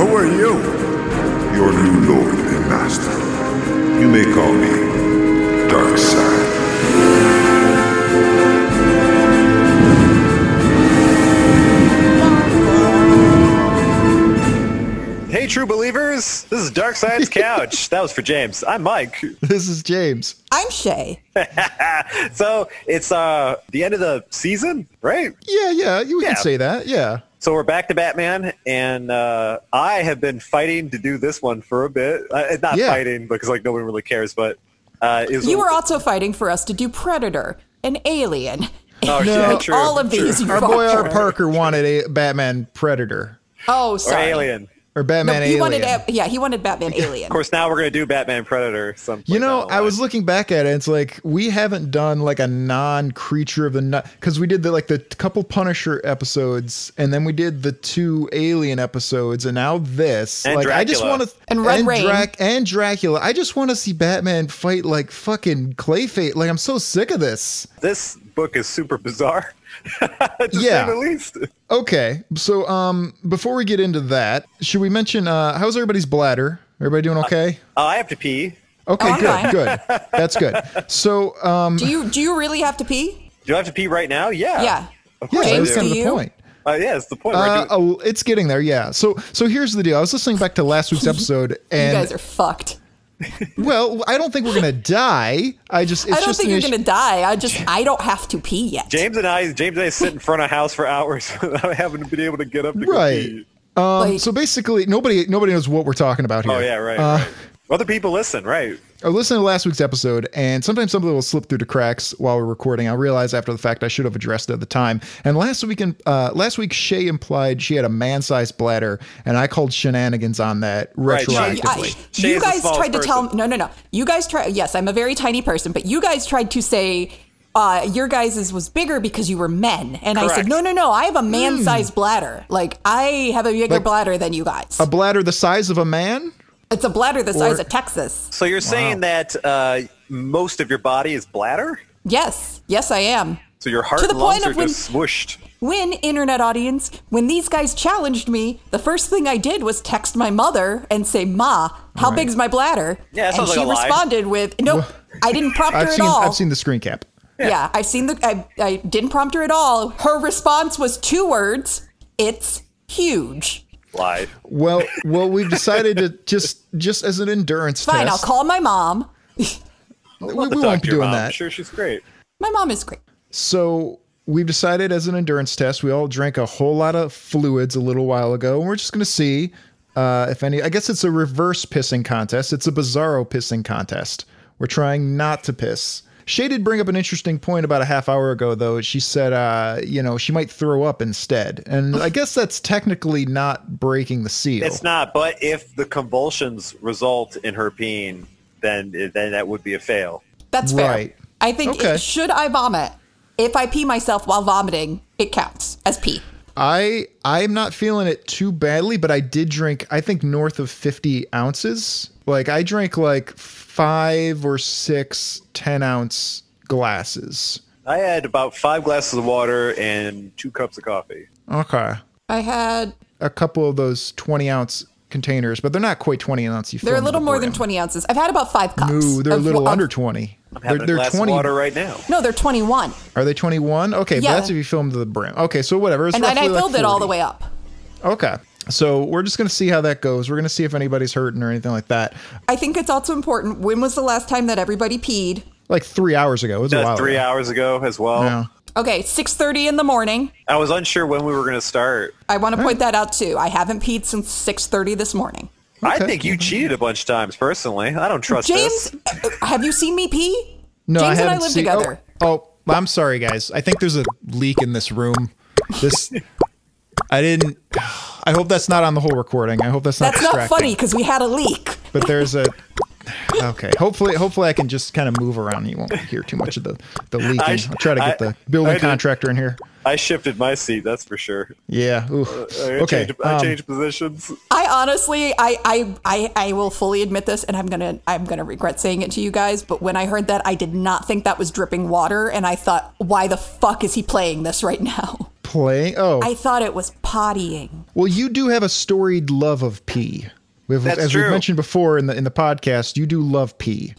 Who are you? Your new lord and master. You may call me Darkseid. Hey, true believers! This is Dark Side's Couch. that was for James. I'm Mike. This is James. I'm Shay. So it's uh the end of the season, right? Yeah, yeah, you we Yeah. can say that. Yeah. So we're back to Batman, and uh, I have been fighting to do this one for a bit. Uh, not Yeah. fighting because like no one really cares, but uh, it was You were also fighting for us to do Predator, an Alien, oh, No. yeah, true, all of true. these. you Our boy R. fucker. Parker wanted a Batman Predator Oh, or sorry. Alien. Of or Batman No, he Alien. wanted, a- yeah, he wanted Batman Alien. course, now we're gonna do Batman Predator. Some you know, I was looking back at it. It's like we haven't done like a non-creature of the night because we did the like the couple Punisher episodes, and then we did the two Alien episodes, and now this. And like, I just Dracula. want to And Red Rain. and Dracula. I just want to see Batman fight like fucking Clayface. Like I'm so sick of this. this book is super bizarre. to Yeah. say the least. Uh, Okay, so um, before we get into that, should we mention uh, how's everybody's bladder? Everybody doing okay? Uh, I have to pee. Okay, I'm good, fine. good. That's good. So um, Do you do you really have to pee? Do I have to pee right now? Yeah. Yeah. Of yeah, course I that was do. kind of the you? point. Uh, yeah, it's the point. where I do Uh, it. oh, it's getting there. Yeah. So so here's the deal. I was listening back to last week's episode, You and guys are fucked. well, I don't think we're gonna die. I just it's I don't just think an you're issue- gonna die. I just I don't have to pee yet. James and I, James and I sit in front of house for hours without having been able to get up to go Right. pee. Um, Like- so basically, nobody nobody knows what we're talking about here. Oh yeah, right, Uh, right. Other people listen, right? I was listening to last week's episode, and sometimes something will slip through the cracks while we're recording. I realize after the fact I should have addressed it at the time. And last week, in, uh, last week Shay implied she had a man-sized bladder, and I called shenanigans on that Right, Shay. retroactively. I- I- actively. Shay you is the guys smallest tried to tell person. no no no. You guys try yes, I'm a very tiny person, but you guys tried to say uh, your guys's was bigger because you were men. And I Correct. said, No, no, no, I have a man sized bladder. Like I have a bigger Like- bladder than you guys. Hmm. a bladder the size of a man? it's a bladder the size or- of Texas. So you're saying that uh, most of your body is bladder, Yes. Yes I am. so your heart To the and lungs point are of when- just swooshed. When internet audience, when these guys challenged me, the first thing I did was text my mother and say, "Ma, how big's my bladder?" Yeah, that and sounds she like a lie. responded with, "Nope, I didn't prompt her I've at seen all." I've seen the screen cap. yeah. I've seen the. I, I didn't prompt her at all. Her response was two words: "It's huge." Lie. Well, well, we've decided to just just as an endurance Fine, test. I'll call my mom. We, Love to we talk won't to be your doing mom. I'm that. sure she's great. My mom is great. So we've decided as an endurance test, we all drank a whole lot of fluids a little while ago, and we're just going to see uh, if any. I guess it's a reverse pissing contest. It's a bizarro pissing contest. We're trying not to piss. Shay did bring up an interesting point about a half hour ago, though. She said, uh, you know, she might throw up instead. And I guess that's technically not breaking the seal. It's not, but if the convulsions result in her peeing, then then that would be a fail. That's Right. fair. I think Okay. should I vomit? If I pee myself while vomiting, it counts as pee. I I'm not feeling it too badly, but I did drink I think north of 50 ounces. Like I drank like five or six 10 ounce glasses. I had about five glasses of water and two cups of coffee. Okay. I had A couple of those 20 ounce containers, but they're not quite 20 ounce. You fill They're a them to little the more than brim. 20 ounces. I've had about five cups. No, they're a of- little of- under 20. I'm having they're a they're glass 20. of water right now. No, they're 21. Are they 21? Okay, but Yeah. that's if you fill them to the brim. Okay, so whatever. It's And then I roughly like filled it all the 40. way up. Okay. So we're just going to see how that goes. We're going to see if anybody's hurting or anything like that. I think it's also important. When was the last time that everybody peed? Like three hours ago. It was a while That's three ago. hours ago as well. Yeah. Okay, 6:30 in the morning. I was unsure when we were going to start. I want to point that out too. I haven't peed since 6:30 this morning. I Okay. think you cheated a bunch of times personally. I don't trust James, this. uh, have you seen me pee? No, James I and I haven't live seen- together. Oh, oh, I'm sorry, guys. I think there's a leak in this room. This, I didn't. I hope that's not on the whole recording. I hope that's not. That's not distracting. funny because we had a leak. But there's a. Okay. Hopefully, hopefully I can just kind of move around. and You won't hear too much of the the leaking. I- I'll try to get I- the building I did- contractor in here. I shifted my seat, that's for sure. Yeah. Ooh. Uh, I okay. Changed, I um, changed positions. I honestly, I, I, I, I will fully admit this, and I'm gonna, I'm gonna regret saying it to you guys. But when I heard that, I did not think that was dripping water, and I thought, why the fuck is he playing this right now? playing? Oh, I thought it was pottying. well, you do have a storied love of pee. We've, That's as we've true. mentioned before in the in the podcast, you do love pee.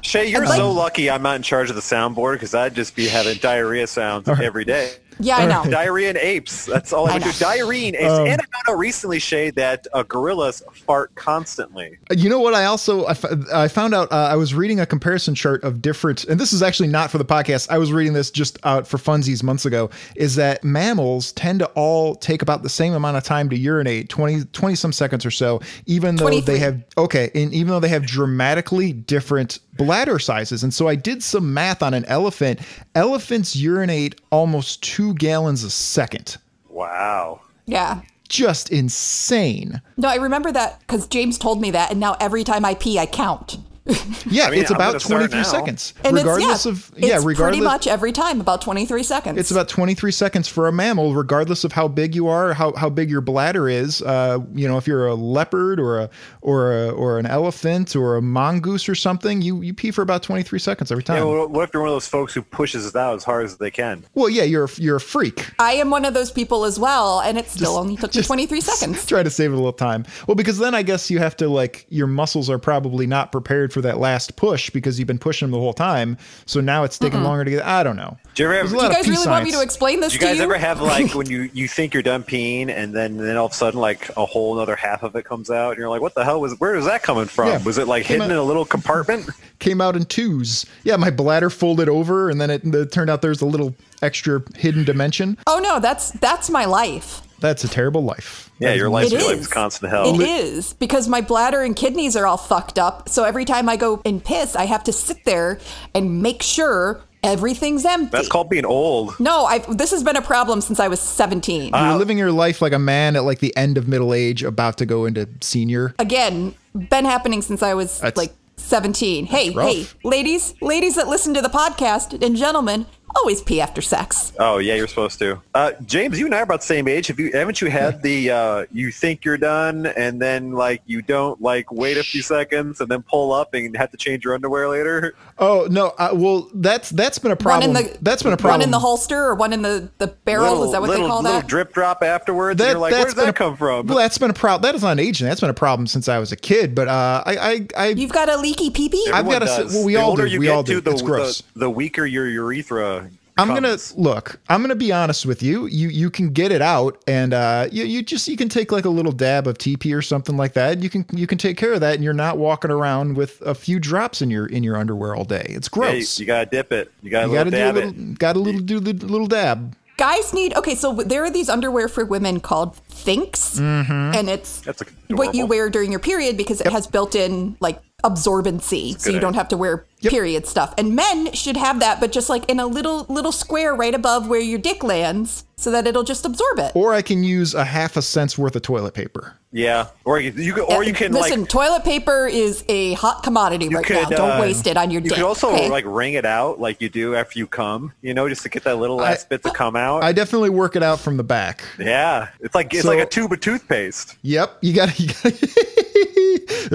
Shay, you're so lucky I'm not in charge of the soundboard because I'd just be having diarrhea sounds every day. Yeah, I know. Diarrhea and apes. That's all I, I would do. know. Diarrhea and apes. Um, and I found out recently, Shay, that uh, gorillas fart constantly. You know what? I also I, f- I found out uh, I was reading a comparison chart of different, and this is actually not for the podcast. I was reading this just out for funsies months ago. Is that mammals tend to all take about the same amount of time to urinate 20 20 some seconds or so, even though they 23. have okay, and even though they have dramatically different bladder sizes. And so I did some math on an elephant. Elephants urinate almost two gallons a second. Wow. Yeah. Just insane. No, I remember that because James told me that, and now every time I pee, I count. Yeah, mean, it's I'm about gonna start 23 now. seconds. And regardless it's, yeah, of yeah, it's regardless pretty much every time, about 23 seconds. It's about 23 seconds for a mammal, regardless of how big you are, how, how big your bladder is. Uh, you know, if you're a leopard or a or a, or an elephant or a mongoose or something, you, you pee for about 23 seconds every time. Yeah, well, what if you're one of those folks who pushes it out as hard as they can? well, yeah, you're a- you're a freak. I am one of those people as well, and it still only took me just- 23 seconds. Try to save it a little time. Well, because then I guess you have to like your muscles are probably not prepared for that last push because you've been pushing them the whole time. So now it's taking longer to get. I don't know. Do you ever There's have, a do lot You of guys pee really want me science. to explain this you to guys you? ever have like when you, you think you're done peeing and then then all of a sudden like a whole other half of it comes out and you're like, what the hell was where was that coming from? Yeah. Was it like Came hidden in out- a little compartment? came out in twos. Yeah, my bladder folded over, and then it, it turned out there's a little extra hidden dimension. oh no, that's that's my life. That's a terrible life. Yeah, your life's It really is. constant It hell. is because my bladder and kidneys are all fucked up. So every time I go and piss, I have to sit there and make sure everything's empty. That's called being old. no, I've, this has been a problem since I was 17. Uh, You're living your life like a man at like the end of middle age, about to go into senior. Again, been happening since I was That's- like 17. Hey, rough. hey, ladies, ladies that listen to the podcast and gentlemen, always pee after sex. Oh yeah, you're supposed to. Uh, James, you and I are about the same age. Have you haven't you had the uh, you think you're done and then like you don't like wait a few seconds and then pull up and have to change your underwear later? Oh no, I, well that's that's been a problem. One in the, that's been a One problem. in the holster or one in the, the barrel? little, is that what little, they call little that? drip drop afterwards. and you're like, where that's does that been a- come from? Well, that's been a problem. That is not an aging. That's been a problem since I was a kid. But uh, I, I, I You've got a leaky pee pee? I've got to Everyone say, does. well, we the all older do. You We get all do. to, The, It's gross. The, the weaker your urethra. I'm gonna comes. look. I'm gonna be honest with you. You you can get it out, and uh, you you just you can take like a little dab of TP or something like that. You can you can take care of that, and you're not walking around with a few drops in your in your underwear all day. It's Hey, gross. you gotta dip it. You gotta, you gotta do a dab little, it. gotta little do the little dab. Guys need okay, so there are these underwear for women called thinks, Mm-hmm. and it's That's what you adorable. wear during your period because it has built-in like absorbency, so you idea. don't have to wear period stuff. And men should have that, but just like in a little little square right above where your dick lands, so that it'll just absorb it. Or I can use a half a cent's worth of toilet paper. Yeah, or you, you can, or you can Uh, listen. like. toilet paper is a hot commodity You right could, now. Don't uh, waste it on your You dick. could also okay? like wring it out like you do after you come, you know, just to get that little last bit to come out. I definitely work it out from the back. yeah, it's like it's So- like a tube of toothpaste. Yep, you gotta. You gotta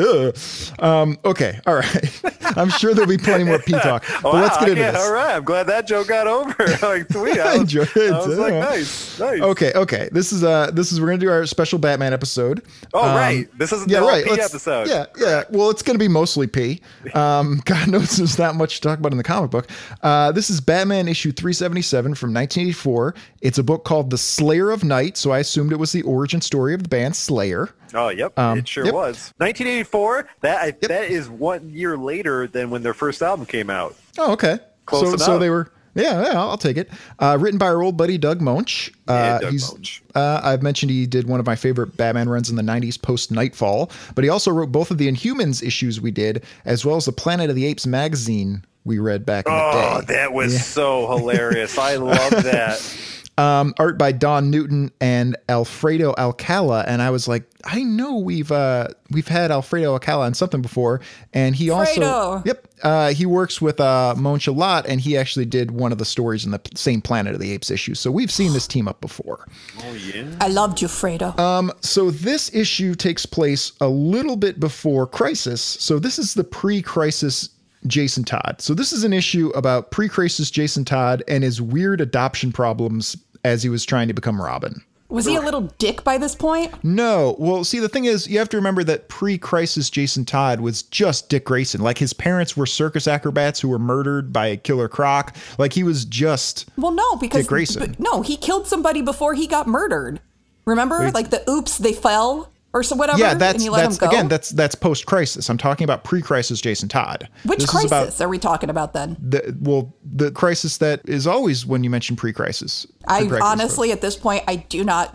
Ugh. um, okay, all right. I'm sure there'll be plenty more pee talk, but Wow, let's get I into can't- this. All right, I'm glad that joke got over. like sweet, I I was, enjoyed I was it. like, Yeah. nice, nice. Okay, okay. This is uh this is we're gonna do our special Batman episode. Oh Um, right, this isn't Yeah, the right. right. let's- episode. Yeah, yeah. Well, it's gonna be mostly P. Um, God knows there's not much to talk about in the comic book. Uh, this is Batman issue 377 from 1984. It's a book called The Slayer of Night, so I assumed it was the origin story of the band Slayer. Oh, yep. it sure Um, yep. was. 1984. That I, that is one year later than when their first album came out. Oh, okay. Close so, so enough. they were. Yeah, yeah, I'll take it. Uh, written by our old buddy Doug Monch. Uh, Yeah, Doug he's- Monch. Uh, I've mentioned he did one of my favorite Batman runs in the '90s, post Nightfall. But he also wrote both of the Inhumans issues we did, as well as the Planet of the Apes magazine we read back in Oh, the day. that was so hilarious. I love that. Um, art by Don Newton and Alfredo Alcala. And I was like, I know we've uh, we've had Alfredo Alcala on something before, and he also Fredo. yep uh, he works with uh, Monch a lot, and he actually did one of the stories in the same Planet of the Apes issue. So we've seen this team up before. I loved you, Fredo. So this issue takes place a little bit before Crisis. So this is the pre-Crisis Jason Todd. So this is an issue about pre-Crisis Jason Todd and his weird adoption problems as he was trying to become Robin. Was he a little dick by this point? No. Well, see, the thing is, you have to remember that pre crisis Jason Todd was just Dick Grayson. Like, his parents were circus acrobats who were murdered by Killer Croc. Like, he was just. Well, no, because Dick Grayson. b- no, he killed somebody before he got murdered. Remember, like the oops, they fell or so whatever. Yeah, that's and you let that's him go. again that's that's post crisis. I'm talking about pre crisis Jason Todd. Which this crisis is about are we talking about then? the well the crisis that is always when you mention pre crisis. I honestly, at this point, I do not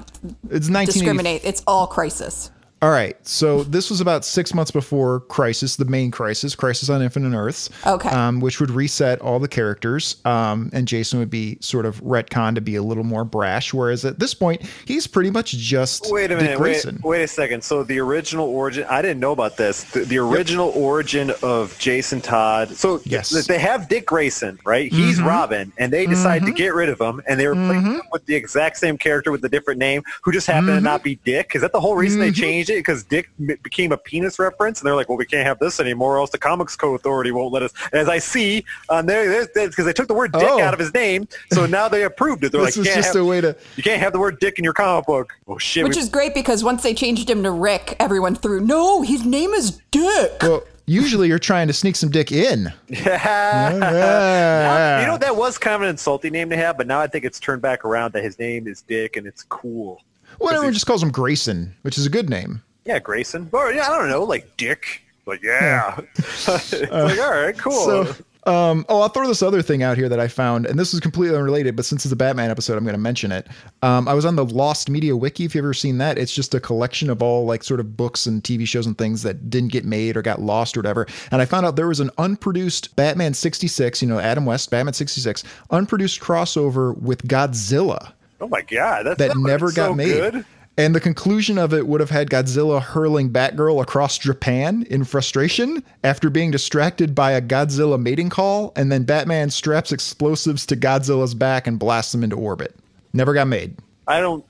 it's 1984. discriminate. It's all crisis. All right. So this was about six months before Crisis, the main Crisis, Crisis on Infinite Earths. Okay. Um, which would reset all the characters, um, and Jason would be sort of retcon to be a little more brash. Whereas at this point, he's pretty much just Wait a Dick minute. Wait, Grayson. wait a second. So the original origin, I didn't know about this. The, the original origin of Jason Todd. So Yes. Mm-hmm. th- they have Dick Grayson, right? He's Robin, and they decide to get rid of him, and they replace him with the exact same character with a different name, who just happened Mm-hmm. to not be Dick. Is that the whole reason they changed it? Because Dick m- became a penis reference, and they're like, well, we can't have this anymore, or else the Comics Code Authority won't let us. As I see, um, there, because they took the word Dick Oh. out of his name, so now they approved it. They're This like, was "You can't just have- a way to- you can't have the word Dick in your comic book. Oh shit! Which we- is great because once they changed him to Rick, everyone threw, no, his name is Dick. Well, usually you're trying to sneak some dick in. You know that was kind of an insulting name to have, but now I think it's turned back around that his name is Dick and it's cool. Well, everyone just calls him Grayson, which is a good name. Yeah, Grayson. Or yeah, I don't know, like Dick. But yeah, it's like all right, cool. So, um, oh, I'll throw this other thing out here that I found, and this is completely unrelated, but since it's a Batman episode, I'm going to mention it. Um, I was on the Lost Media Wiki. If you've ever seen that, it's just a collection of all like sort of books and TV shows and things that didn't get made or got lost or whatever. And I found out there was an unproduced Batman 66, you know, Adam West, Batman 66, unproduced crossover with Godzilla oh my god, that's that never got so made. Good. And the conclusion of it would have had Godzilla hurling Batgirl across Japan in frustration after being distracted by a Godzilla mating call, and then Batman straps explosives to Godzilla's back and blasts him into orbit. Never got made. I don't.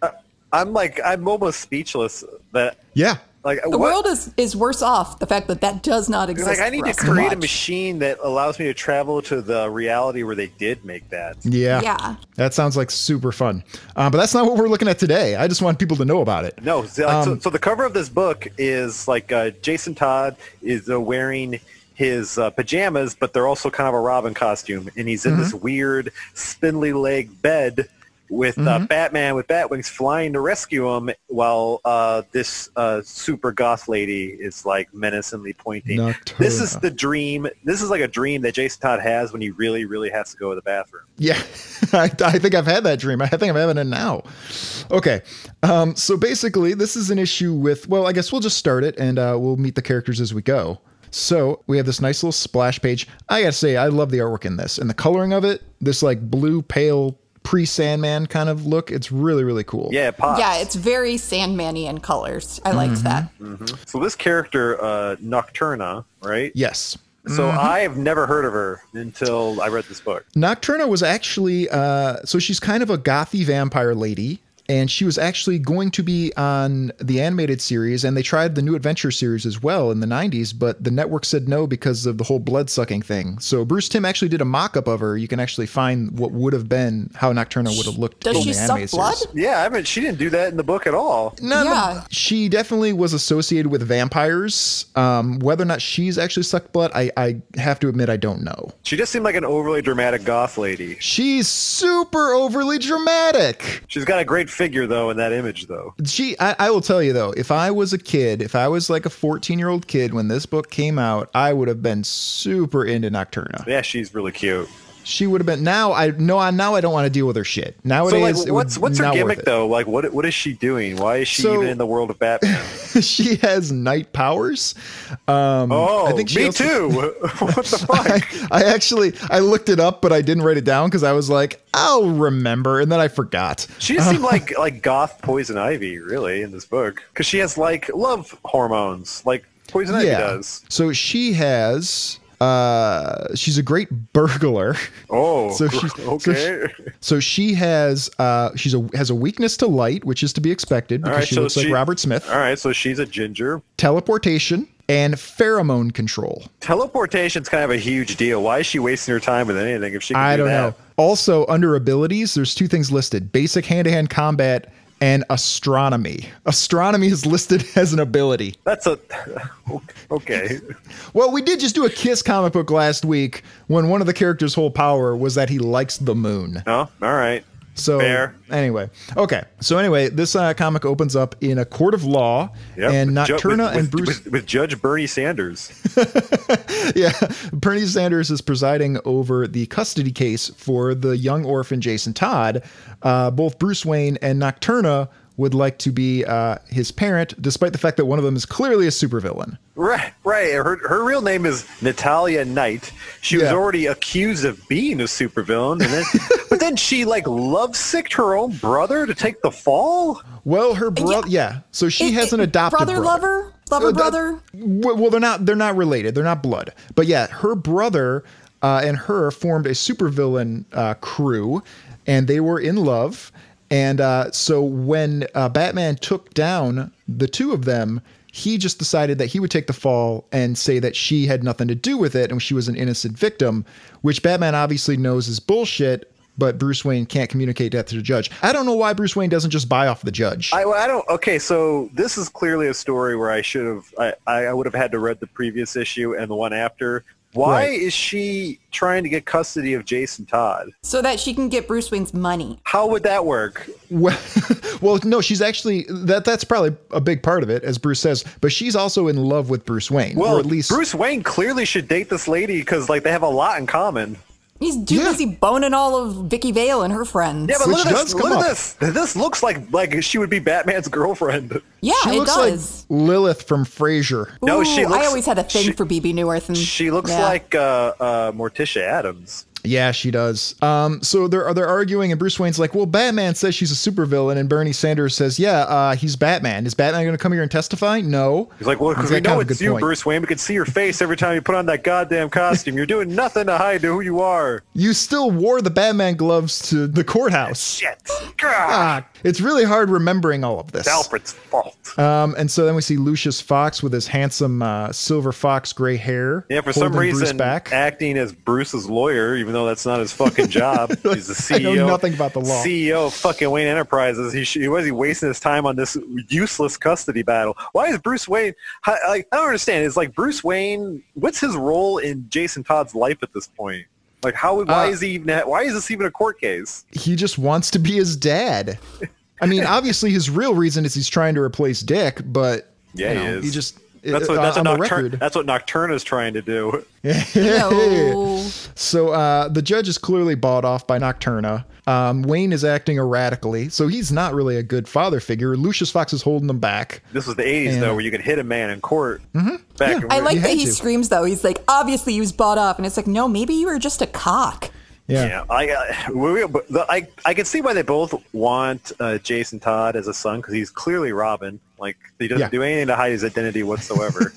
I, I'm like I'm almost speechless that Yeah. like the what, world is, is worse off the fact that that does not It's exist. like I need for to us create a watch. machine that allows me to travel to the reality where they did make that. Yeah. Yeah. That sounds like super fun. Uh, but that's not what we're looking at today. I just want people to know about it. No, so, like, so, so the cover of this book is like uh, Jason Todd is uh, wearing his uh, pajamas, but they're also kind of a Robin costume, and he's in this weird spindly leg bed with uh, Batman with Batwings flying to rescue him, while uh, this uh, super goth lady is like menacingly pointing. This is Nocturna. the dream. This is like a dream that Jason Todd has when he really, really has to go to the bathroom. Yeah, I, I think I've had that dream. I think I'm having it now. Okay, um, so basically, this is an issue with. Well, I guess we'll just start it, and uh, we'll meet the characters as we go. So we have this nice little splash page. I gotta say, I love the artwork in this and the coloring of it. This like blue, pale, pre Sandman kind of look. It's really, really cool. Yeah, it pops. Yeah, it's very Sandman-y in colors. I Mm-hmm. liked that. so this character uh, Nocturna, right? Yes. So I have never heard of her until I read this book. Nocturna was actually uh, so she's kind of a gothy vampire lady, and she was actually going to be on the animated series, and they tried the New Adventure series as well in the '90s, but the network said no because of the whole blood sucking thing. So Bruce Tim actually did a mock-up of her. You can actually find what would have been how Nocturna would have looked. Does in she the suck animated blood? Series. Yeah, I mean, she didn't do that in the book at all. No, no, Yeah. she definitely was associated with vampires. Um, whether or not she's actually sucked blood, I, I have to admit I don't know. She just seemed like an overly dramatic goth lady. She's super overly dramatic. She's got a great figure though in that image though. She, I, I will tell you though, if I was a kid, if I was like a 14 year old kid when this book came out, I would have been super into Nocturna. Yeah, she's really cute. She would have been now. I no, I now I don't want to deal with her shit. So like, Nowadays, it what's would what's her not worth gimmick it. though? Like, what what is she doing? Why is she So- even in the world of Batman? she has night powers. Um, Oh, I think she me also- too. what the I, fuck? I actually I looked it up, but I didn't write it down because I was like, I'll remember, and then I forgot. She just seemed like like goth poison ivy really in this book because she has like love hormones like poison ivy does. So she has. Uh, she's a great burglar. Oh, So she- gr- so okay. So she has uh she's a has a weakness to light, which is to be expected because she looks like Robert Smith. All right, so she's a ginger. Teleportation, and pheromone control. Teleportation's kind of a huge deal. Why is she wasting her time with anything if she can I do don't that? know. Also, under abilities, there's two things listed basic hand to hand combat and astronomy. Astronomy is listed as an ability. That's a okay. Well, we did just do a Kiss comic book last week when one of the character's whole power was that he likes the moon. No, all right. So Fair. anyway, okay. So anyway, this uh, comic opens up in a court of law, Yep. and With Ju- Nocturna with- and with- Bruce. with, with Judge Bernie Sanders. yeah, Bernie Sanders is presiding over the custody case for the young orphan Jason Todd. Uh, both Bruce Wayne and Nocturna would like to be uh, his parent, despite the fact that one of them is clearly a supervillain. Right, right. Her, her real name is Natalia Knight. She was Yeah. already accused of being a supervillain, and then, but then she like lovesicked her own brother to take the fall. Well, her brother, yeah. So she It- has an it- adopted brother, lover, lover, Uh, that- brother. Well, well, they're not. They're not related. They're not blood. But yeah, her brother uh, and her formed a supervillain uh, crew, and they were in love. And uh, so when uh, Batman took down the two of them, he just decided that he would take the fall and say that she had nothing to do with it and she was an innocent victim, which Batman obviously knows is bullshit. But Bruce Wayne can't communicate that to the judge. I don't know why Bruce Wayne doesn't just buy off the judge. I, I don't. Okay, so this is clearly a story where I should have. I, I would have had to read the previous issue and the one after. Why Right. is she trying to get custody of Jason Todd? So that she can get Bruce Wayne's money. How would that work? Well, well, no, she's actually that. That's probably a big part of it, as Bruce says. But she's also in love with Bruce Wayne, Well, or at least Bruce Wayne clearly should date this lady because like they have a lot in common. He's too Yeah. busy boning all of Vicky Vale and her friends. Yeah, but Which look at does this. come Look at up. this. This looks like like she would be Batman's girlfriend. Yeah, she it looks does. like Lilith from Frasier. No, she Ooh, I looks- always had a thing she- for BB New Earth. And, She looks yeah. like uh, uh, Morticia Adams. Yeah, she does. Um, so they're they're arguing, and Bruce Wayne's like, "Well, Batman says she's a supervillain," and Bernie Sanders says, "Yeah, uh, he's Batman. Is Batman going to come here and testify? No." He's like, well, because He's we got kind know of a it's good you, point. Bruce Wayne. We can see your face every time you put on that goddamn costume. You're doing nothing to hide who you are. You still wore the Batman gloves to the courthouse. Shit. God. Ah, it's really hard remembering all of this. It's Alfred's fault. Um, and so then we see Lucius Fox with his handsome uh, silver fox gray hair. yeah, for some holding Bruce reason, uh, back. acting as Bruce's lawyer, even though that's not his fucking job. He's the I CEO. know nothing about the law. CEO of fucking Wayne Enterprises. He, sh- he was he wasting his time on this useless custody battle. Why is Bruce Wayne? I, I, I don't understand. It's like Bruce Wayne. What's his role in Jason Todd's life at this point? Like how? Why Uh, is he even? ha- Why is this even a court case? he just wants to be his dad. I mean, obviously, his real reason is he's trying to replace Dick, but Yeah, you he know, is. just That's what uh, that's on what, the Nocturne, record. that's what Nocturna's trying to do. No. So uh, the judge is clearly bought off by Nocturna. Um, Wayne is acting erratically, so he's not really a good father figure. Lucius Fox is holding him back. This was the '80s Yeah. though, where you could hit a man in court. Mm-hmm. Back when I we- like You that had he to. screams though. He's like, obviously he was bought off, and it's like, no, maybe you were just a cock. Yeah, I, uh, we, we- but the- I, I can see why they both want uh, Jason Todd as a son because he's clearly Robin. Like he doesn't Yeah. do anything to hide his identity whatsoever.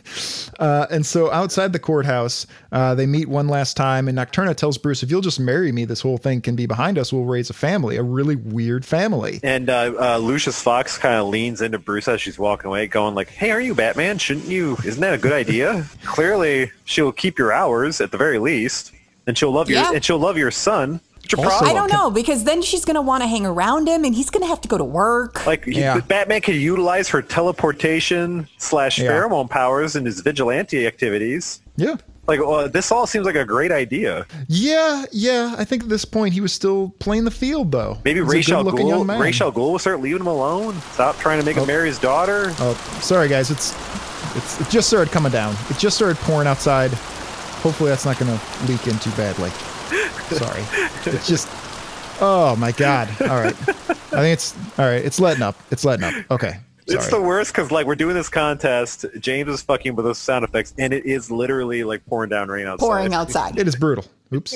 and so outside the courthouse, uh, they meet one last time, and Nocturna tells Bruce, "If you'll just marry me, this whole thing can be behind us. We'll raise a family, a really weird family." and uh, uh, Lucius Fox kind of leans into Bruce as she's walking away, going like, "Hey, are you Batman? Shouldn't you? Isn't that a good idea? Clearly, she'll keep your hours at the very least, and she'll love Yeah. your and she'll love your son. What's your Also- problem? I don't know because then she's gonna want to hang around him, and he's gonna have to go to work. Like he- Yeah. Batman could utilize her teleportation slash Yeah. pheromone powers in his vigilante activities. Yeah, Like uh, this all seems like a great idea. yeah, yeah. I think at this point he was still playing the field, though. Maybe He's a Rachel good-looking Ghoul, young man. Rachel Ghoul will start leaving him alone. Stop trying to make him marry his daughter. Oh, sorry guys, it's it's it just started coming down. It just started pouring outside. Hopefully that's not going to leak in too badly. Sorry, it's just. Oh my god! All right, I think it's all right. It's letting up. It's letting up. Okay. it's Sorry. the worst because like we're doing this contest. James is fucking with those sound effects, and it is literally like pouring down rain outside. pouring outside. It is brutal. Oops.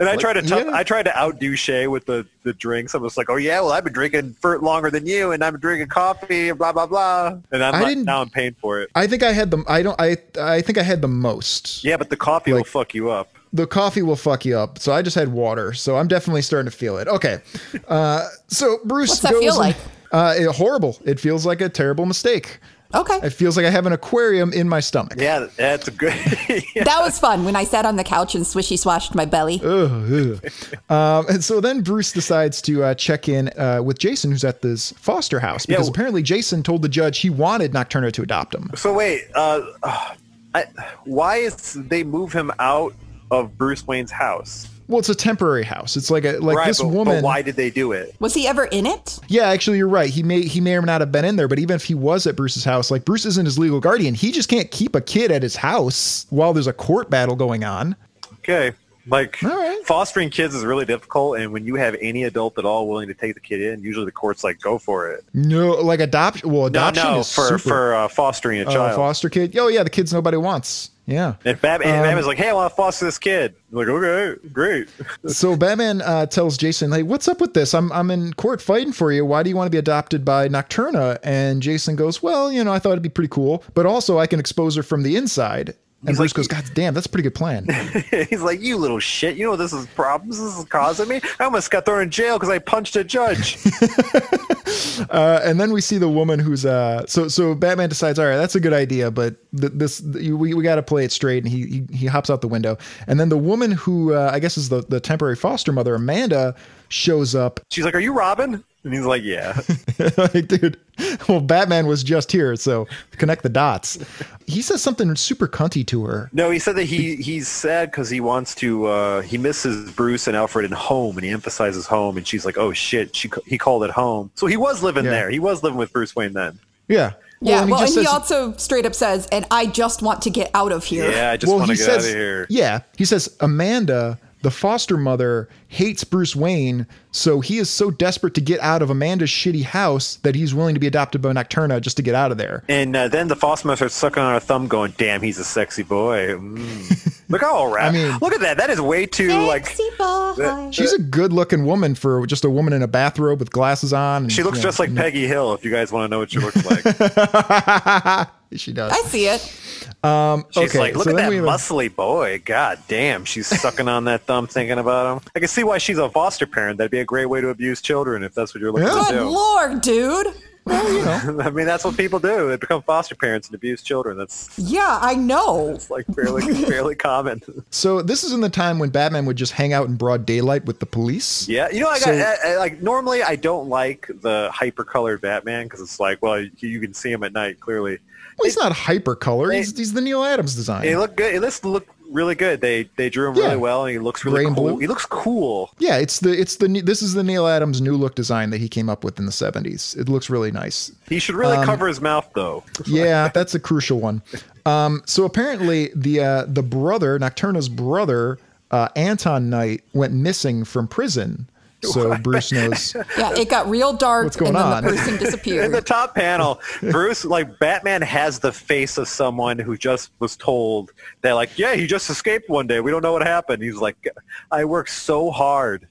And I tried to tough, yeah. I tried to outdo Shay with the the drinks. I was like, oh yeah, well I've been drinking for longer than you, and I've been drinking coffee, and blah blah blah. And I'm I not- didn't- now I'm paying for it. I think I had the I don't I I think I had the most. Yeah, but the coffee will Like- fuck you up. The coffee will fuck you up. So I just had water. So I'm definitely starting to feel it. Okay. Uh so Bruce What's that goes feel and- like? uh it, horrible. It feels like a terrible mistake. Okay. It feels like I have an aquarium in my stomach. Yeah, that's a good. That was fun when I sat on the couch and swishy swashed my belly. Uh. Ugh, ugh. um, and so then Bruce decides to uh, check in uh, with Jason, who's at this foster house, because w- apparently Jason told the judge he wanted Nocturno to adopt him. so wait, uh, uh, I, why is they move him out of Bruce Wayne's house? Well, it's a temporary house. It's like a like right, this but, woman. But why did they do it? Was he ever in it? Yeah, actually, you're right. He may he may or may not have been in there, but even if he was at Bruce's house, like Bruce isn't his legal guardian. He just can't keep a kid at his house while there's a court battle going on. Okay. Like All right. fostering kids is really difficult, and when you have any adult at all willing to take the kid in, usually the court's like, "Go for it." No, like adoption. Well, No, adoption no, is for super, for uh, fostering a uh, child. foster kid. Oh yeah, the kids nobody wants. Yeah. If Bab- if Um, Batman's like, "Hey, I want to foster this kid," I'm like, "Okay, great." so Batman uh, tells Jason, "Hey, what's up with this? I'm I'm in court fighting for you. Why do you want to be adopted by Nocturna?" And Jason goes, "Well, you know, I thought it'd be pretty cool, but also I can expose her from the inside." And He's Bruce like- goes, "God damn, that's a pretty good plan." He's like, "You little shit! You know this is problems this is causing me. I almost got thrown in jail because I punched a judge." Uh, and then we see the woman who's uh so so Batman decides all right that's a good idea but th- this th- we, we got to play it straight and he, he he hops out the window and then the woman who uh, I guess is the the temporary foster mother Amanda shows up She's like, "Are you Robin?" And he's like, "Yeah." like dude well Batman was just here so connect the dots he says something super cunty to her No, he said that he he's sad because he wants to. Uh, he misses Bruce and Alfred and home, and he emphasizes home. And she's like, "Oh shit!" She ca- he called it home, so he was living Yeah. there. He was living with Bruce Wayne then. yeah Yeah, well, and he says- also straight up says, and I just want to get out of here. Yeah, I just want to get out of here. Yeah, he says Amanda, the foster mother, hates Bruce Wayne, so he is so desperate to get out of Amanda's shitty house that he's willing to be adopted by Nocturna just to get out of there. And uh, then the foster mother starts sucking on her thumb, going, "Damn, he's a sexy boy." Mm. Look how all right. I mean- look at that. That is way too like. Sexy boy. She's a good-looking woman for just a woman in a bathrobe with glasses on. and, She looks you know, just like Peggy Hill. If you guys want to know what she looks like, she does. I see it. she's Okay, like, "Look so at then that we have a- muscly boy. God damn, she's sucking on that thumb, thinking about him." I can see why she's a foster parent. That'd be a great way to abuse children if that's what you're looking Yeah. to Good do. lord, dude. I mean, that's what people do. They become foster parents and abuse children. That's Yeah, I know. it's like fairly fairly common. So this is in the time when Batman would just hang out in broad daylight with the police. Yeah, you know, I got So- I, I- like normally I don't like the hyper colored Batman because it's like, well, you, you can see him at night clearly. Well, he's not hyper color. They- He's, he's the Neil Adams design. He looked good. It just looked really good. They they drew him Yeah. really well, and he looks Gray really and cool. blue. He looks cool. Yeah, it's the it's the this is the Neil Adams new look design that he came up with in the 70s. It looks really nice. He should really Um, cover his mouth though. Yeah, that's a crucial one. Um, so apparently the uh, the brother, Nocturna's brother, uh, Anton Knight went missing from prison. So Bruce knows. Yeah, it got real dark What's going and then on? the In person the disappeared. top panel, Bruce, like Batman, has the face of someone who just was told that, like, yeah, he just escaped one day. We don't know what happened. He's like, I worked so hard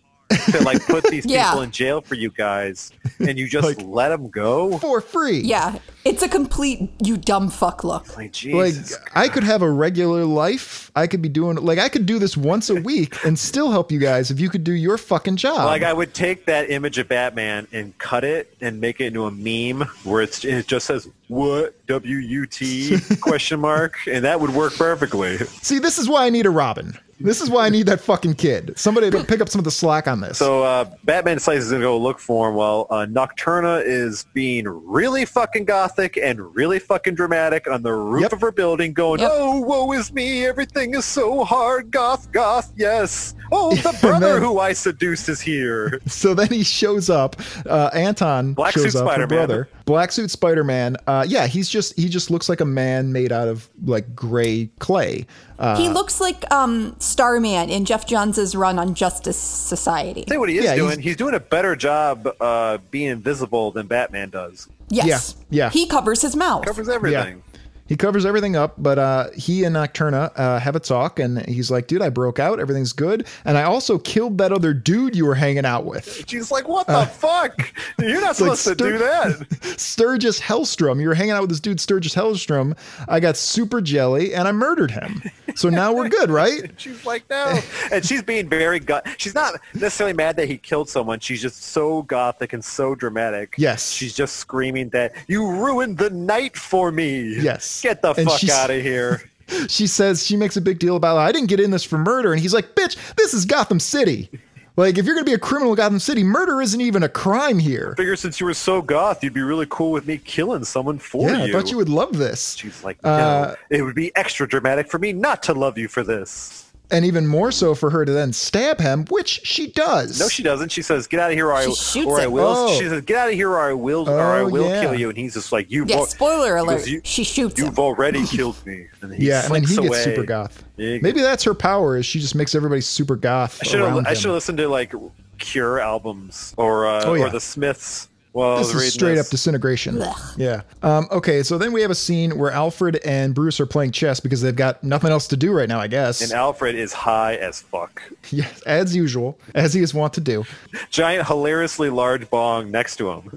to like put these Yeah. people in jail for you guys, and you just let them go. For free. yeah, it's a complete you dumb fuck look. Like, Like Jesus. I could have a regular life. I could be doing like I could do this once a week and still help you guys if you could do your fucking job. Like I would take that image of Batman and cut it and make it into a meme where it's, it just says "what w u t question mark and that would work perfectly. See, this is why I need a Robin. This is why I need that fucking kid. Somebody to pick up some of the slack on this. So uh, Batman decides he's gonna go look for him. While uh, Nocturna is being really fucking gothic and really fucking dramatic on the roof Yep. of her building, going, Yep. "Oh, woe is me! Everything is so hard, goth, goth, yes. Oh, the brother then- who I seduced is here." So then he shows up. Uh, Anton Black shows suit up, her Spider-Man. brother, black suit Spider Man. Uh, yeah, he's just he just looks like a man made out of like gray clay. Uh, he looks like um, Starman in Jeff Johns' run on Justice Society. Tell you what he is Yeah, he's- doing. He's, doing a better job uh, being invisible than Batman does. Yes. yeah. He covers his mouth. Covers yeah, everything. He covers everything up, but uh, he and Nocturna uh, have a talk, and he's like, "Dude, I broke out. Everything's good, and I also killed that other dude you were hanging out with." She's like, what the fuck? You're not Uh, like supposed to do stir- that. Sturgis Hellstrom. You were hanging out with this dude, Sturgis Hellstrom. I got super jelly and I murdered him. So now we're good, right? She's like, no. and she's being very gut. She's not necessarily mad that he killed someone. She's just so gothic and so dramatic. Yes. She's just screaming that you ruined the night for me. Yes. Get the And fuck she's- out of here. She says, she makes a big deal about, I didn't get in this for murder. And he's like, bitch, this is Gotham City. Like, if you're going to be a criminal in Gotham City, murder isn't even a crime here. Figure since you were so goth, you'd be really cool with me killing someone for Yeah, you. I thought you would love this. She's like, no. Uh, it would be extra dramatic for me not to love you for this. And even more so for her to then stab him, which she does. No, she doesn't. She says, "Get out of here, or I, She shoots or I him. will." Oh. She says, "Get out of here, or I will, or I Oh, will yeah. kill you." And he's just like, "You." Yeah, spoiler alert. You, she shoots him. You've already killed me. And he Yeah, and then slinks he gets away. super goth. Yeah, he- Maybe that's her power is she just makes everybody super goth. I should have around I him. should have listened to like Cure albums or uh, Oh, yeah. or the Smiths while I was This reading is straight this. up disintegration. Ugh. Yeah. Um, okay, so then we have a scene where Alfred and Bruce are playing chess because they've got nothing else to do right now, I guess. and Alfred is high as fuck. yes, as usual, as he is wont to do. Giant, hilariously large bong next to him,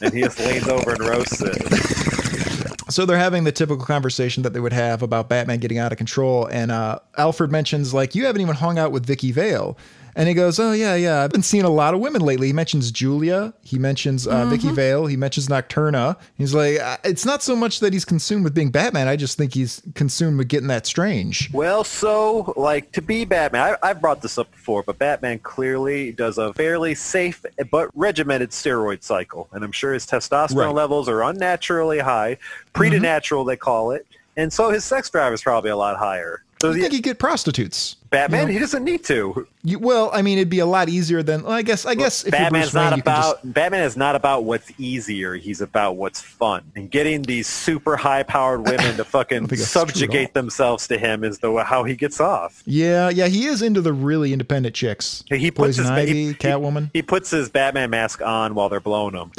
and he just leans over and roasts it. So they're having the typical conversation that they would have about Batman getting out of control, and uh, Alfred mentions like, "You haven't even hung out with Vicky Vale." And he goes, "Oh yeah, yeah. I've been seeing a lot of women lately." He mentions Julia. He mentions uh, Mm-hmm. Vicky Vale. He mentions Nocturna. He's like, "I- "It's not so much that he's consumed with being Batman. I just think he's consumed with getting that strange." Well, so like to be Batman, I, I've brought this up before, but Batman clearly does a fairly safe but regimented steroid cycle, and I'm sure his testosterone Right. Mm-hmm. levels are unnaturally high, preternatural they call it, and so his sex drive is probably a lot higher. So I the, think he'd get prostitutes. Batman, he doesn't need to. You, well, I mean, it'd be a lot easier than well, I guess. I guess if you're Batman's Bruce Wayne, not you can just- about Batman is not about what's easier. He's about what's fun. And getting these super high powered women to fucking think that's true at all. subjugate themselves to him is the how he gets off. yeah, yeah, he is into the really independent chicks. He he puts Poison his Ivy, he, Catwoman. He, puts his Batman mask on while they're blowing him.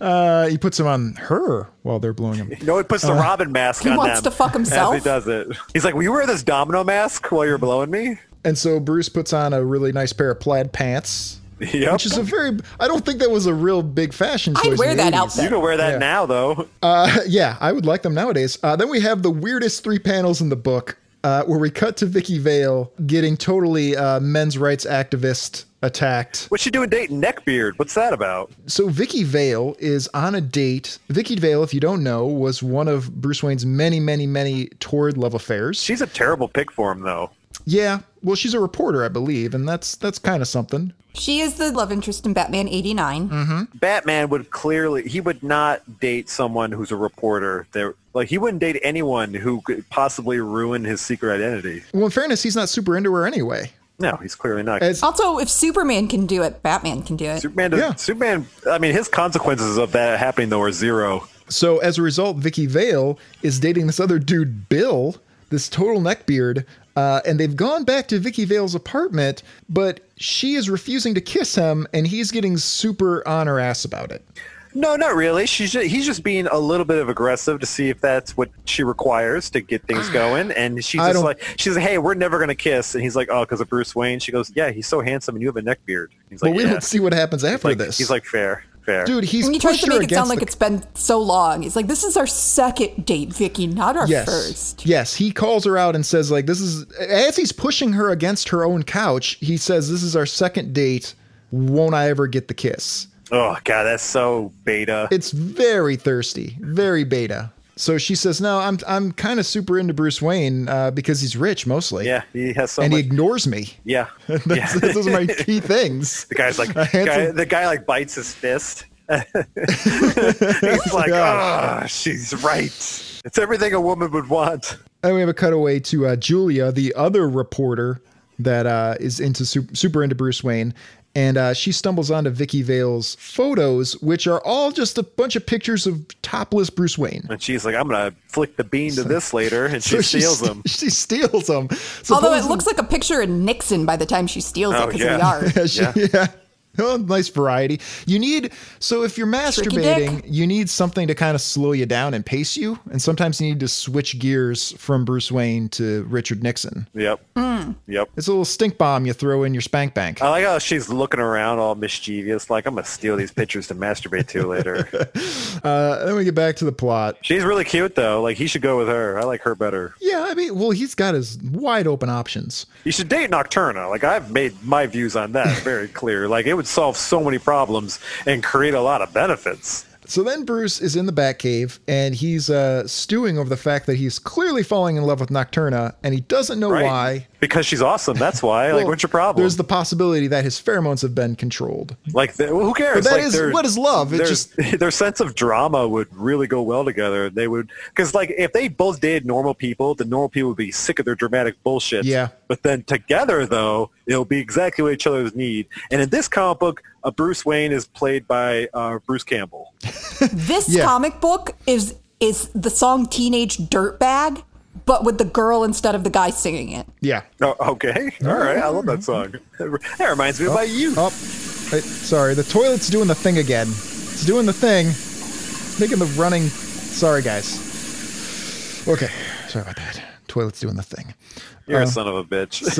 Uh, he puts him on her while they're blowing him. No, he puts the Robin mask He on wants them to fuck himself? As he does it. He's like, "Will you wear this domino mask while you're blowing me?" And so Bruce puts on a really nice pair of plaid pants, Yep. which is a very. I don't think that was a real big fashion choice. in wear the that 80s. outfit. you can wear that Yeah. now though. Uh, yeah, I would like them nowadays. Uh, then we have the weirdest three panels in the book, uh, where we cut to Vicky Vale getting totally uh, men's rights activist attacked. What's she doing dating Neckbeard? What's that about? So Vicky Vale is on a date. Vicky Vale, if you don't know, was one of Bruce Wayne's many, many, many torrid love affairs. She's a terrible pick for him though. yeah, well, she's a reporter, I believe, and that's that's kind of something. She is the love interest in Batman 89. Mm-hmm. Batman would clearly he would not date someone who's a reporter. There, like he wouldn't date anyone who could possibly ruin his secret identity. Well, in fairness, he's not super into her anyway. No, he's clearly not. As Also, if Superman can do it, Batman can do it. Superman, does, Yeah. Superman. I mean, his consequences of that happening though are zero. So as a result, Vicky Vale is dating this other dude, Bill, this total neckbeard, uh, and they've gone back to Vicky Vale's apartment, but she is refusing to kiss him, and he's getting super on her ass about it. No, not really. She's just, he's just being a little bit of aggressive to see if that's what she requires to get things going. And she's I just don't- like, she's like, hey, we're never gonna kiss. And he's like, oh, because of Bruce Wayne. She goes, yeah, he's so handsome, and you have a neck beard. He's But like, we yeah. don't see what happens after like, this. He's like, fair, fair. dude, he's And he tries pushed to her make it sound against like the- it's been so long. He's like, this is our second date, Vicky, not our Yes. first. Yes. He calls her out and says, like, this is, as he's pushing her against her own couch, he says, this is our second date. Won't I ever get the kiss? Oh god, that's so beta. it's very thirsty, very beta. So she says, "No, I'm I'm kind of super into Bruce Wayne uh, because he's rich mostly, Yeah, he has so and much. he ignores me. yeah, yeah. That's, Those are my key things." the guy's like, handsome- guy, the guy like bites his fist. Oh He's like, ah, she's right. It's everything a woman would want. And we have a cutaway to uh, Julia, the other reporter that uh, is into super, super into Bruce Wayne, and uh, she stumbles onto Vicky Vale's photos, which are all just a bunch of pictures of topless Bruce Wayne. And she's like, I'm gonna flick the bean to this later, and she So steals st- them. She steals them. Although it Supposedly- looks like a picture of Nixon by the time she steals it Oh, because yeah. we are. Yeah, she- yeah. Oh, nice variety. You need so if you're Tricky masturbating, you need something to kind of slow you down and pace you, and sometimes you need to switch gears from Bruce Wayne to Richard Nixon. Yep. Yep. It's a little stink bomb you throw in your spank bank. I like how she's looking around all mischievous, like I'm gonna steal these pictures to masturbate to later. Uh, then we get back to the plot. she's really cute though. Like he should go with her. I like her better. Yeah, I mean, well, he's got his wide open options. You should date Nocturna. Like I've made my views on that very clear. Like it would solve so many problems and create a lot of benefits. So then Bruce is in the Batcave and he's uh, stewing over the fact that he's clearly falling in love with Nocturna and he doesn't know Right? why. Because she's awesome. That's why. like Well, what's your problem? There's the possibility that his pheromones have been controlled. Like, th- who cares? But that like, is- their- what is love? It their- just- their sense of drama would really go well together. They would because like if they both dated normal people, the normal people would be sick of their dramatic bullshit. Yeah. But then together though, it'll be exactly what each other's need. And in this comic book, uh, Bruce Wayne is played by uh, Bruce Campbell. This Yeah. comic book is is the song Teenage Dirtbag, but with the girl instead of the guy singing it. Yeah. Oh, okay. All right. I love that song. That reminds me of my youth. Oh, wait, sorry. The toilet's doing the thing again. It's doing the thing. It's making the running. Sorry, guys. Okay. Sorry about that. Toilet's doing the thing. Um, You're a son of a bitch. Uh-huh.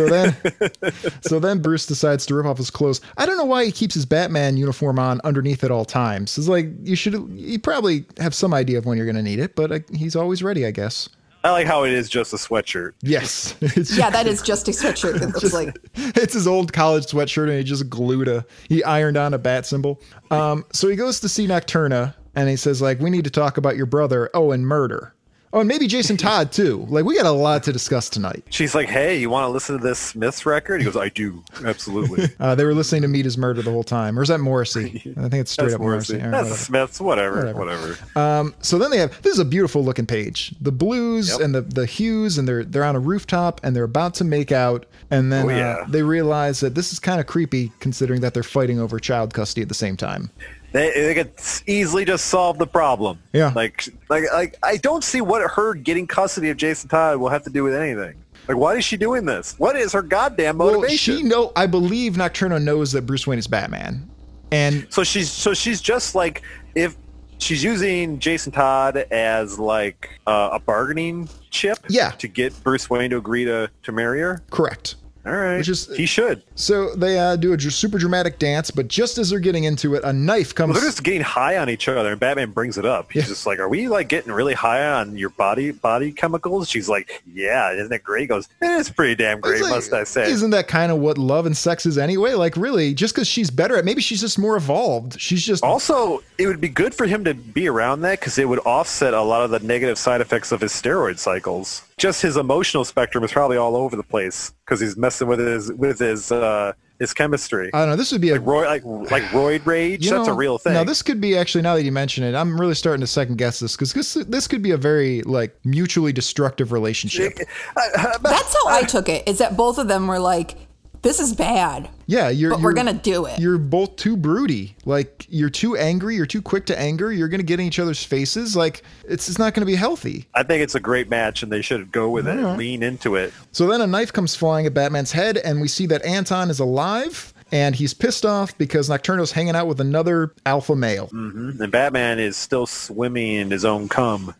So then, so then Bruce decides to rip off his clothes. I don't know why he keeps his Batman uniform on underneath at all times. It's like you should. You probably have some idea of when you're going to need it, but uh, he's always ready, I guess. I like how it is just a sweatshirt. Yes. It's Yeah, that is just a sweatshirt that looks like it's his old college sweatshirt and he just glued a he ironed on a bat symbol um so he goes to see nocturna and he says like we need to talk about your brother oh and murder oh and maybe jason todd too like we got a lot to discuss tonight She's like, "Hey, you want to listen to this Smiths record?" He goes, "I do, absolutely." uh, they were listening to meet his murder the whole time or is that morrissey i think it's straight That's up morrissey, Morrissey. All right, That's whatever. Smiths. Whatever, whatever. so then they have this is a beautiful looking page the blues Yep. and the the hues and they're they're on a rooftop and they're about to make out and then Oh, uh, yeah. they realize that this is kind of creepy considering that they're fighting over child custody at the same time They, they could easily just solve the problem. Yeah. Like, like, like, I don't see what her getting custody of Jason Todd will have to do with anything. Like, why is she doing this? What is her goddamn Well, motivation? she know. I believe Nocturno knows that Bruce Wayne is Batman, and so she's so she's just like if she's using Jason Todd as like uh, a bargaining chip. Yeah. To get Bruce Wayne to agree to to marry her. correct. All right. Which is- he should. So they uh, do a dr- super dramatic dance, but just as they're getting into it, a knife comes. Well, they're just getting high on each other, and Batman brings it up. He's just like, "Are we like getting really high on your body body chemicals?" She's like, "Yeah, isn't it great?" He goes, "It is pretty damn It's great, like, must I say." Isn't that kind of what love and sex is anyway? Like, really, just because she's better at, maybe she's just more evolved. She's just also, it would be good for him to be around that because it would offset a lot of the negative side effects of his steroid cycles. Just his emotional spectrum is probably all over the place because he's messing with his with his uh, his chemistry. I don't know. This would be a Roy, like like roid rage. Uh, You That's know, a real thing. Now this could be actually. Now that you mention it, I'm really starting to second guess this because this this could be a very like mutually destructive relationship. That's how I took it. Is that both of them were like, "This is bad, Yeah, you're. but we're you're- gonna do it." you're both too broody. Like you're too angry. You're too quick to anger. You're gonna get in each other's faces. Like it's it's not gonna be healthy. I think it's a great match, and they should go with it, and lean into it. So then a knife comes flying at Batman's head, and we see that Anton is alive. And he's pissed off because Nocturno's hanging out with another alpha male. And Batman is still swimming in his own cum.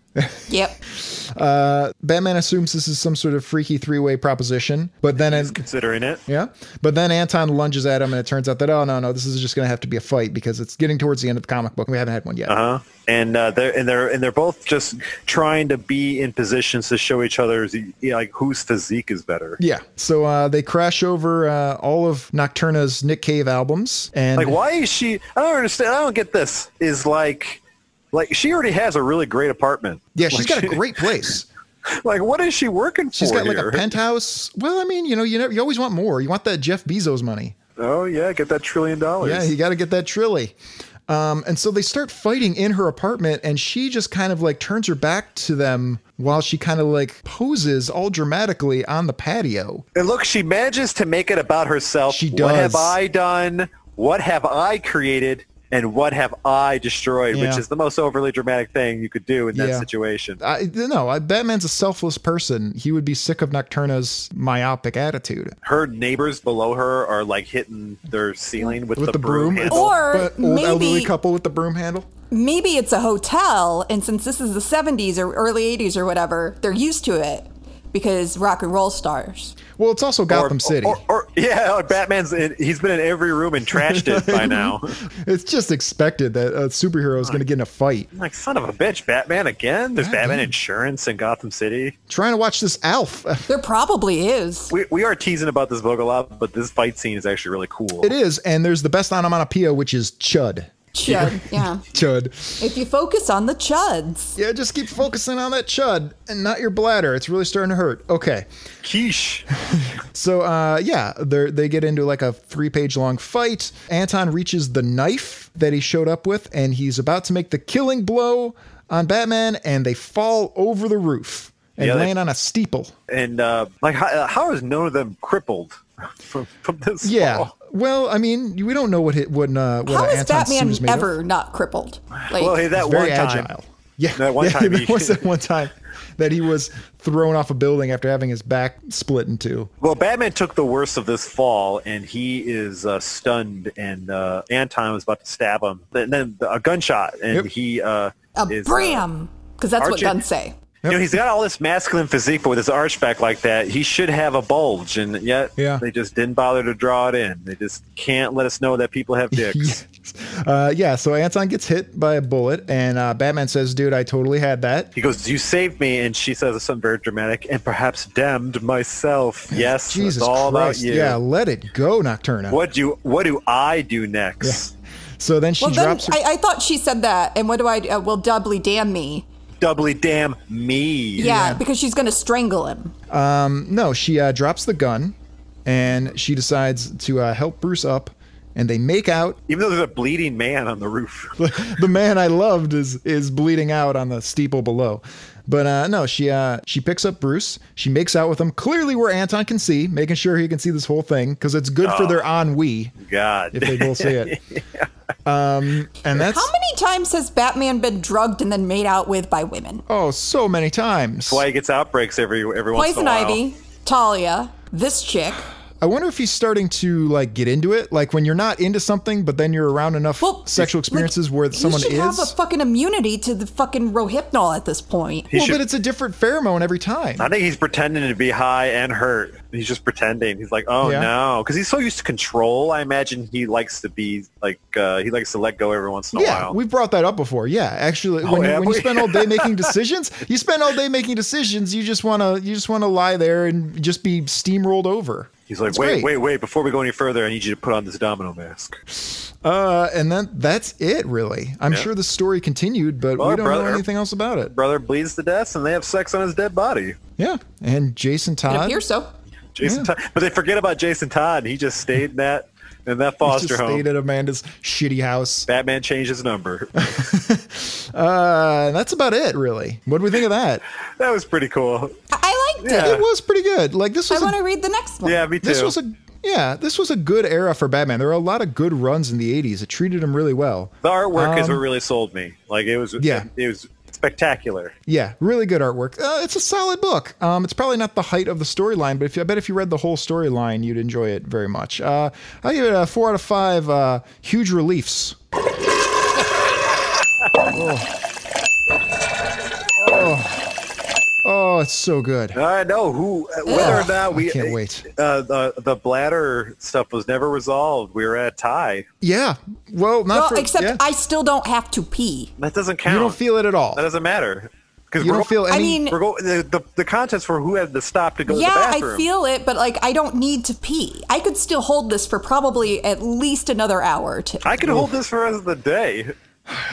Yep. Batman assumes this is some sort of freaky three-way proposition, but then it, Considering it, yeah, but then Anton lunges at him, and it turns out that oh no no, this is just going to have to be a fight because it's getting towards the end of the comic book. and We haven't had one yet. huh? And uh, they're and they're and they're both just trying to be in positions to show each other's you know, like whose physique is better. Yeah. So uh, they crash over uh, all of Nocturna's Nick Cave albums, and Like, why is she? I don't understand. I don't get this. Is like, like she already has a really great apartment. yeah, she's like, got a great place. Like, what is she working She's for got like here? a penthouse. Well, I mean, you know, you never, you always want more. You want that Jeff Bezos money. oh yeah, get that trillion dollars. Yeah, you got to get that trilly. Um, and so they start fighting in her apartment, and she just kind of like turns her back to them while she kind of like poses all dramatically on the patio. And look, she manages to make it about herself. She What have does. I done? What have I created? and what have I destroyed, Yeah. which is the most overly dramatic thing you could do in that Yeah. situation. I no, I, Batman's a selfless person. He would be sick of Nocturna's myopic attitude. Her neighbors below her are like hitting their ceiling with, With the, the, broom, handle. Or but old elderly maybe- couple with the broom handle. Maybe it's a hotel, and since this is the 70s or early 80s or whatever, they're used to it because rock and roll stars. Well, it's also Or- Gotham City. Or, or- yeah, or Batman's in, he's been in every room and trashed it by now. it's just expected that a superhero is going to get in a fight. I'm like, son of a bitch, Batman again? There's Goddamn. Batman insurance in Gotham City. Trying to watch this Alf. There probably is. We, we are teasing about this book a lot, but this fight scene is actually really cool. It is, and there's the best onomatopoeia, which is chud. Chud, yeah. Chud. If you focus on the chuds, Yeah, just keep focusing on that chud and not your bladder. It's really starting to hurt. Okay. Quiche. So uh, yeah, they they get into like a three page long fight. Anton reaches the knife that he showed up with, and he's about to make the killing blow on Batman, and they fall over the roof and Yeah, they- land on a steeple. And uh, like, how, uh, how is none of them crippled from, from this? Yeah. fall? Well, I mean, we don't know what hit when uh, what how uh, is Anton Batman Sue's made of. ever not crippled? Like, Well, hey, that He's very one time. agile. Yeah, That one yeah, time there he- was that one time that he was thrown off a building after having his back split in two. Well, Batman took the worst of this fall, and he is uh, stunned. And uh, Anton was about to stab him, and then a gunshot, and Yep. he uh, a is, uh, bram, because that's what Archie- guns say. You know, he's got all this masculine physique, but with his arch back like that, he should have a bulge, and yet Yeah. they just didn't bother to draw it in. They just can't let us know that people have dicks. Uh, yeah, so Anton gets hit by a bullet, and uh, Batman says, "Dude, I totally had that." He goes, "You saved me," and she says something very dramatic, and perhaps damned myself. Yes, Jesus it's all Christ! about you. Yeah, let it go, Nocturna. What do what do I do next? So then she Well, then drops. her- I, I thought she said that, and what do I do? Uh, well, doubly damn me. Doubly damn me. Yeah, because she's going to strangle him. no, she uh, drops the gun, and she decides to uh, help Bruce up, and they make out. Even though there's a bleeding man on the roof. the man I loved is is bleeding out on the steeple below. But uh, no, she uh, she picks up Bruce. She makes out with him clearly where Anton can see, making sure he can see this whole thing because it's good Oh. for their ennui God. if they both see it. Um, and that's How many times has Batman been drugged and then made out with by women? oh so many times. Why he gets outbreaks every every once in Poison a while. Ivy, Talia, this chick. I wonder if he's starting to like get into it, like when you're not into something, but then you're around enough Well, sexual like, experiences where someone he should have a is. fucking immunity to the fucking Rohypnol at this point. He well, should- but it's a different pheromone every time. I think he's pretending to be high and hurt. He's just pretending. He's like, oh Yeah. no, because he's so used to control. I imagine he likes to be like uh, he likes to let go every once in a Yeah, while. Oh, we've brought that up before. Yeah, actually, when, you, have when you we? spend all day making decisions, you spend all day making decisions. You just want to, you just want to lie there and just be steamrolled over. He's like, It's wait, great. wait, wait! Before we go any further, I need you to put on this domino mask. Uh, and then that's it, really. I'm sure the story continued, but Well, we don't know brother- anything else about it. Brother bleeds to death, and they have sex on his dead body. Yeah, and Jason It Todd appears so. Jason, Todd, but they forget about Jason Todd. He just stayed in that in that he foster just home. stayed at Amanda's shitty house. Batman changed his number. Uh, that's about it, really. What do we think of that? that was pretty cool. I, I liked Yeah. it. It was pretty good. Like this I was a want to read the next one. Yeah, me too. This was a yeah, this was a good era for Batman. There were a lot of good runs in the 80s. It treated him really well. The artwork is Um, what really sold me. Like it was, Yeah. it, was spectacular. Yeah, really good artwork. Uh, it's a solid book. Um, it's probably not the height of the storyline, but if you, I bet if you read the whole storyline, you'd enjoy it very much. Uh, I give it a four out of five. Uh, huge reliefs. oh. oh, oh, it's so good. I know who, whether or not we I can't wait. Uh, the the bladder stuff was never resolved. We were at a tie. Yeah. Well, not Well, for, except yeah. I still don't have to pee. That doesn't count. you don't feel it at all. That doesn't matter because You don't feel any. I mean, We're going the, the the contest for who had the stop to go yeah, to the bathroom. I feel it, but like I don't need to pee. I could still hold this for probably at least another hour or two. I could hold this for the rest of the day.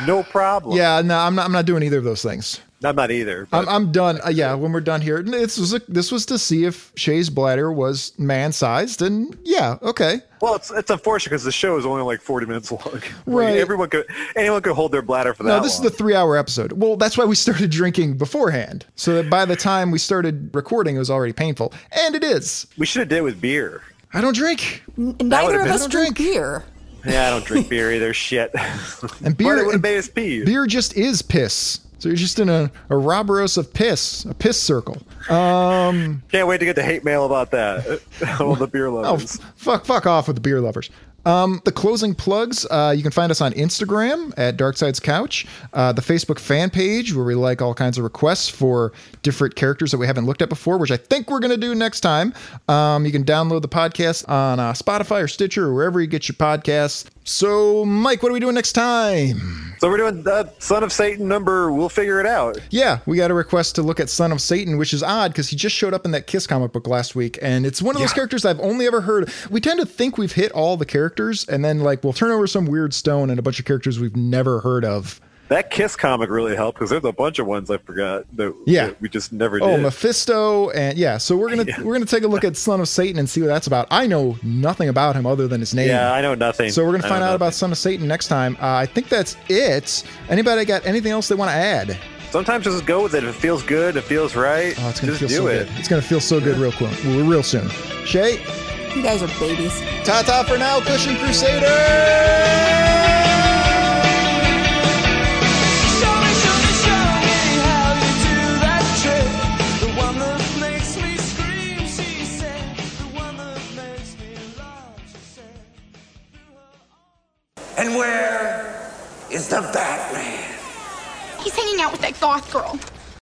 No problem. yeah, no, I'm not. I'm not doing either of those things. I'm not either. but- I'm, I'm done. Uh, yeah, when we're done here, this was a, this was to see if Shay's bladder was man sized, and yeah, okay, well, it's it's unfortunate because the show is only like 40 minutes long. Like, Right. everyone could anyone could hold their bladder for that. no, this long. is the three hour episode. Well, that's why we started drinking beforehand, so that by the time we started recording, it was already painful, and it is. we should have did it with beer. I don't drink. Neither would've of been- us Don't drink drink. beer. Yeah, I don't drink beer either. Shit. And Beer, beer, would and have made us pee. beer just is piss. So you're just in a, a Roboros of piss, a piss circle. Can't wait to get the hate mail about that. All the beer Oh, lovers. f- fuck, fuck off with the beer lovers. Um, the closing plugs. Uh, you can find us on Instagram at Darkside's Couch, uh, the Facebook fan page where we like all kinds of requests for different characters that we haven't looked at before, which I think we're going to do next time. Um, you can download the podcast on uh, Spotify or Stitcher or wherever you get your podcasts. So, Mike, what are we doing next time? So we're doing uh, Son of Satan number. We'll figure it out. Yeah, we got a request to look at Son of Satan, which is odd because he just showed up in that Kiss comic book last week, and it's one of those Yeah. characters I've only ever heard. We tend to think we've hit all the characters, and then like we'll turn over some weird stone and a bunch of characters we've never heard of. That Kiss comic really helped because there's a bunch of ones I forgot that, Yeah. that we just never Oh, did. Mephisto, and yeah, so we're gonna we're gonna take a look at Son of Satan and see what that's about. I know nothing about him other than his name. yeah, I know nothing. So we're gonna I find know out about nothing. Son of Satan next time. Uh, I think that's it. Anybody got anything else they want to add? Sometimes just go with it. If it feels good, it feels right. Oh, it's gonna just feel do so it. good. It's gonna feel so good real quick, real soon. Shay, You guys are babies. Ta ta for now, Cushion Crusader! Show me, show me, show me how you do that trick. The one that makes me scream, she said. The one that makes me laugh, she said. And where is the Batman? He's hanging out with that goth girl.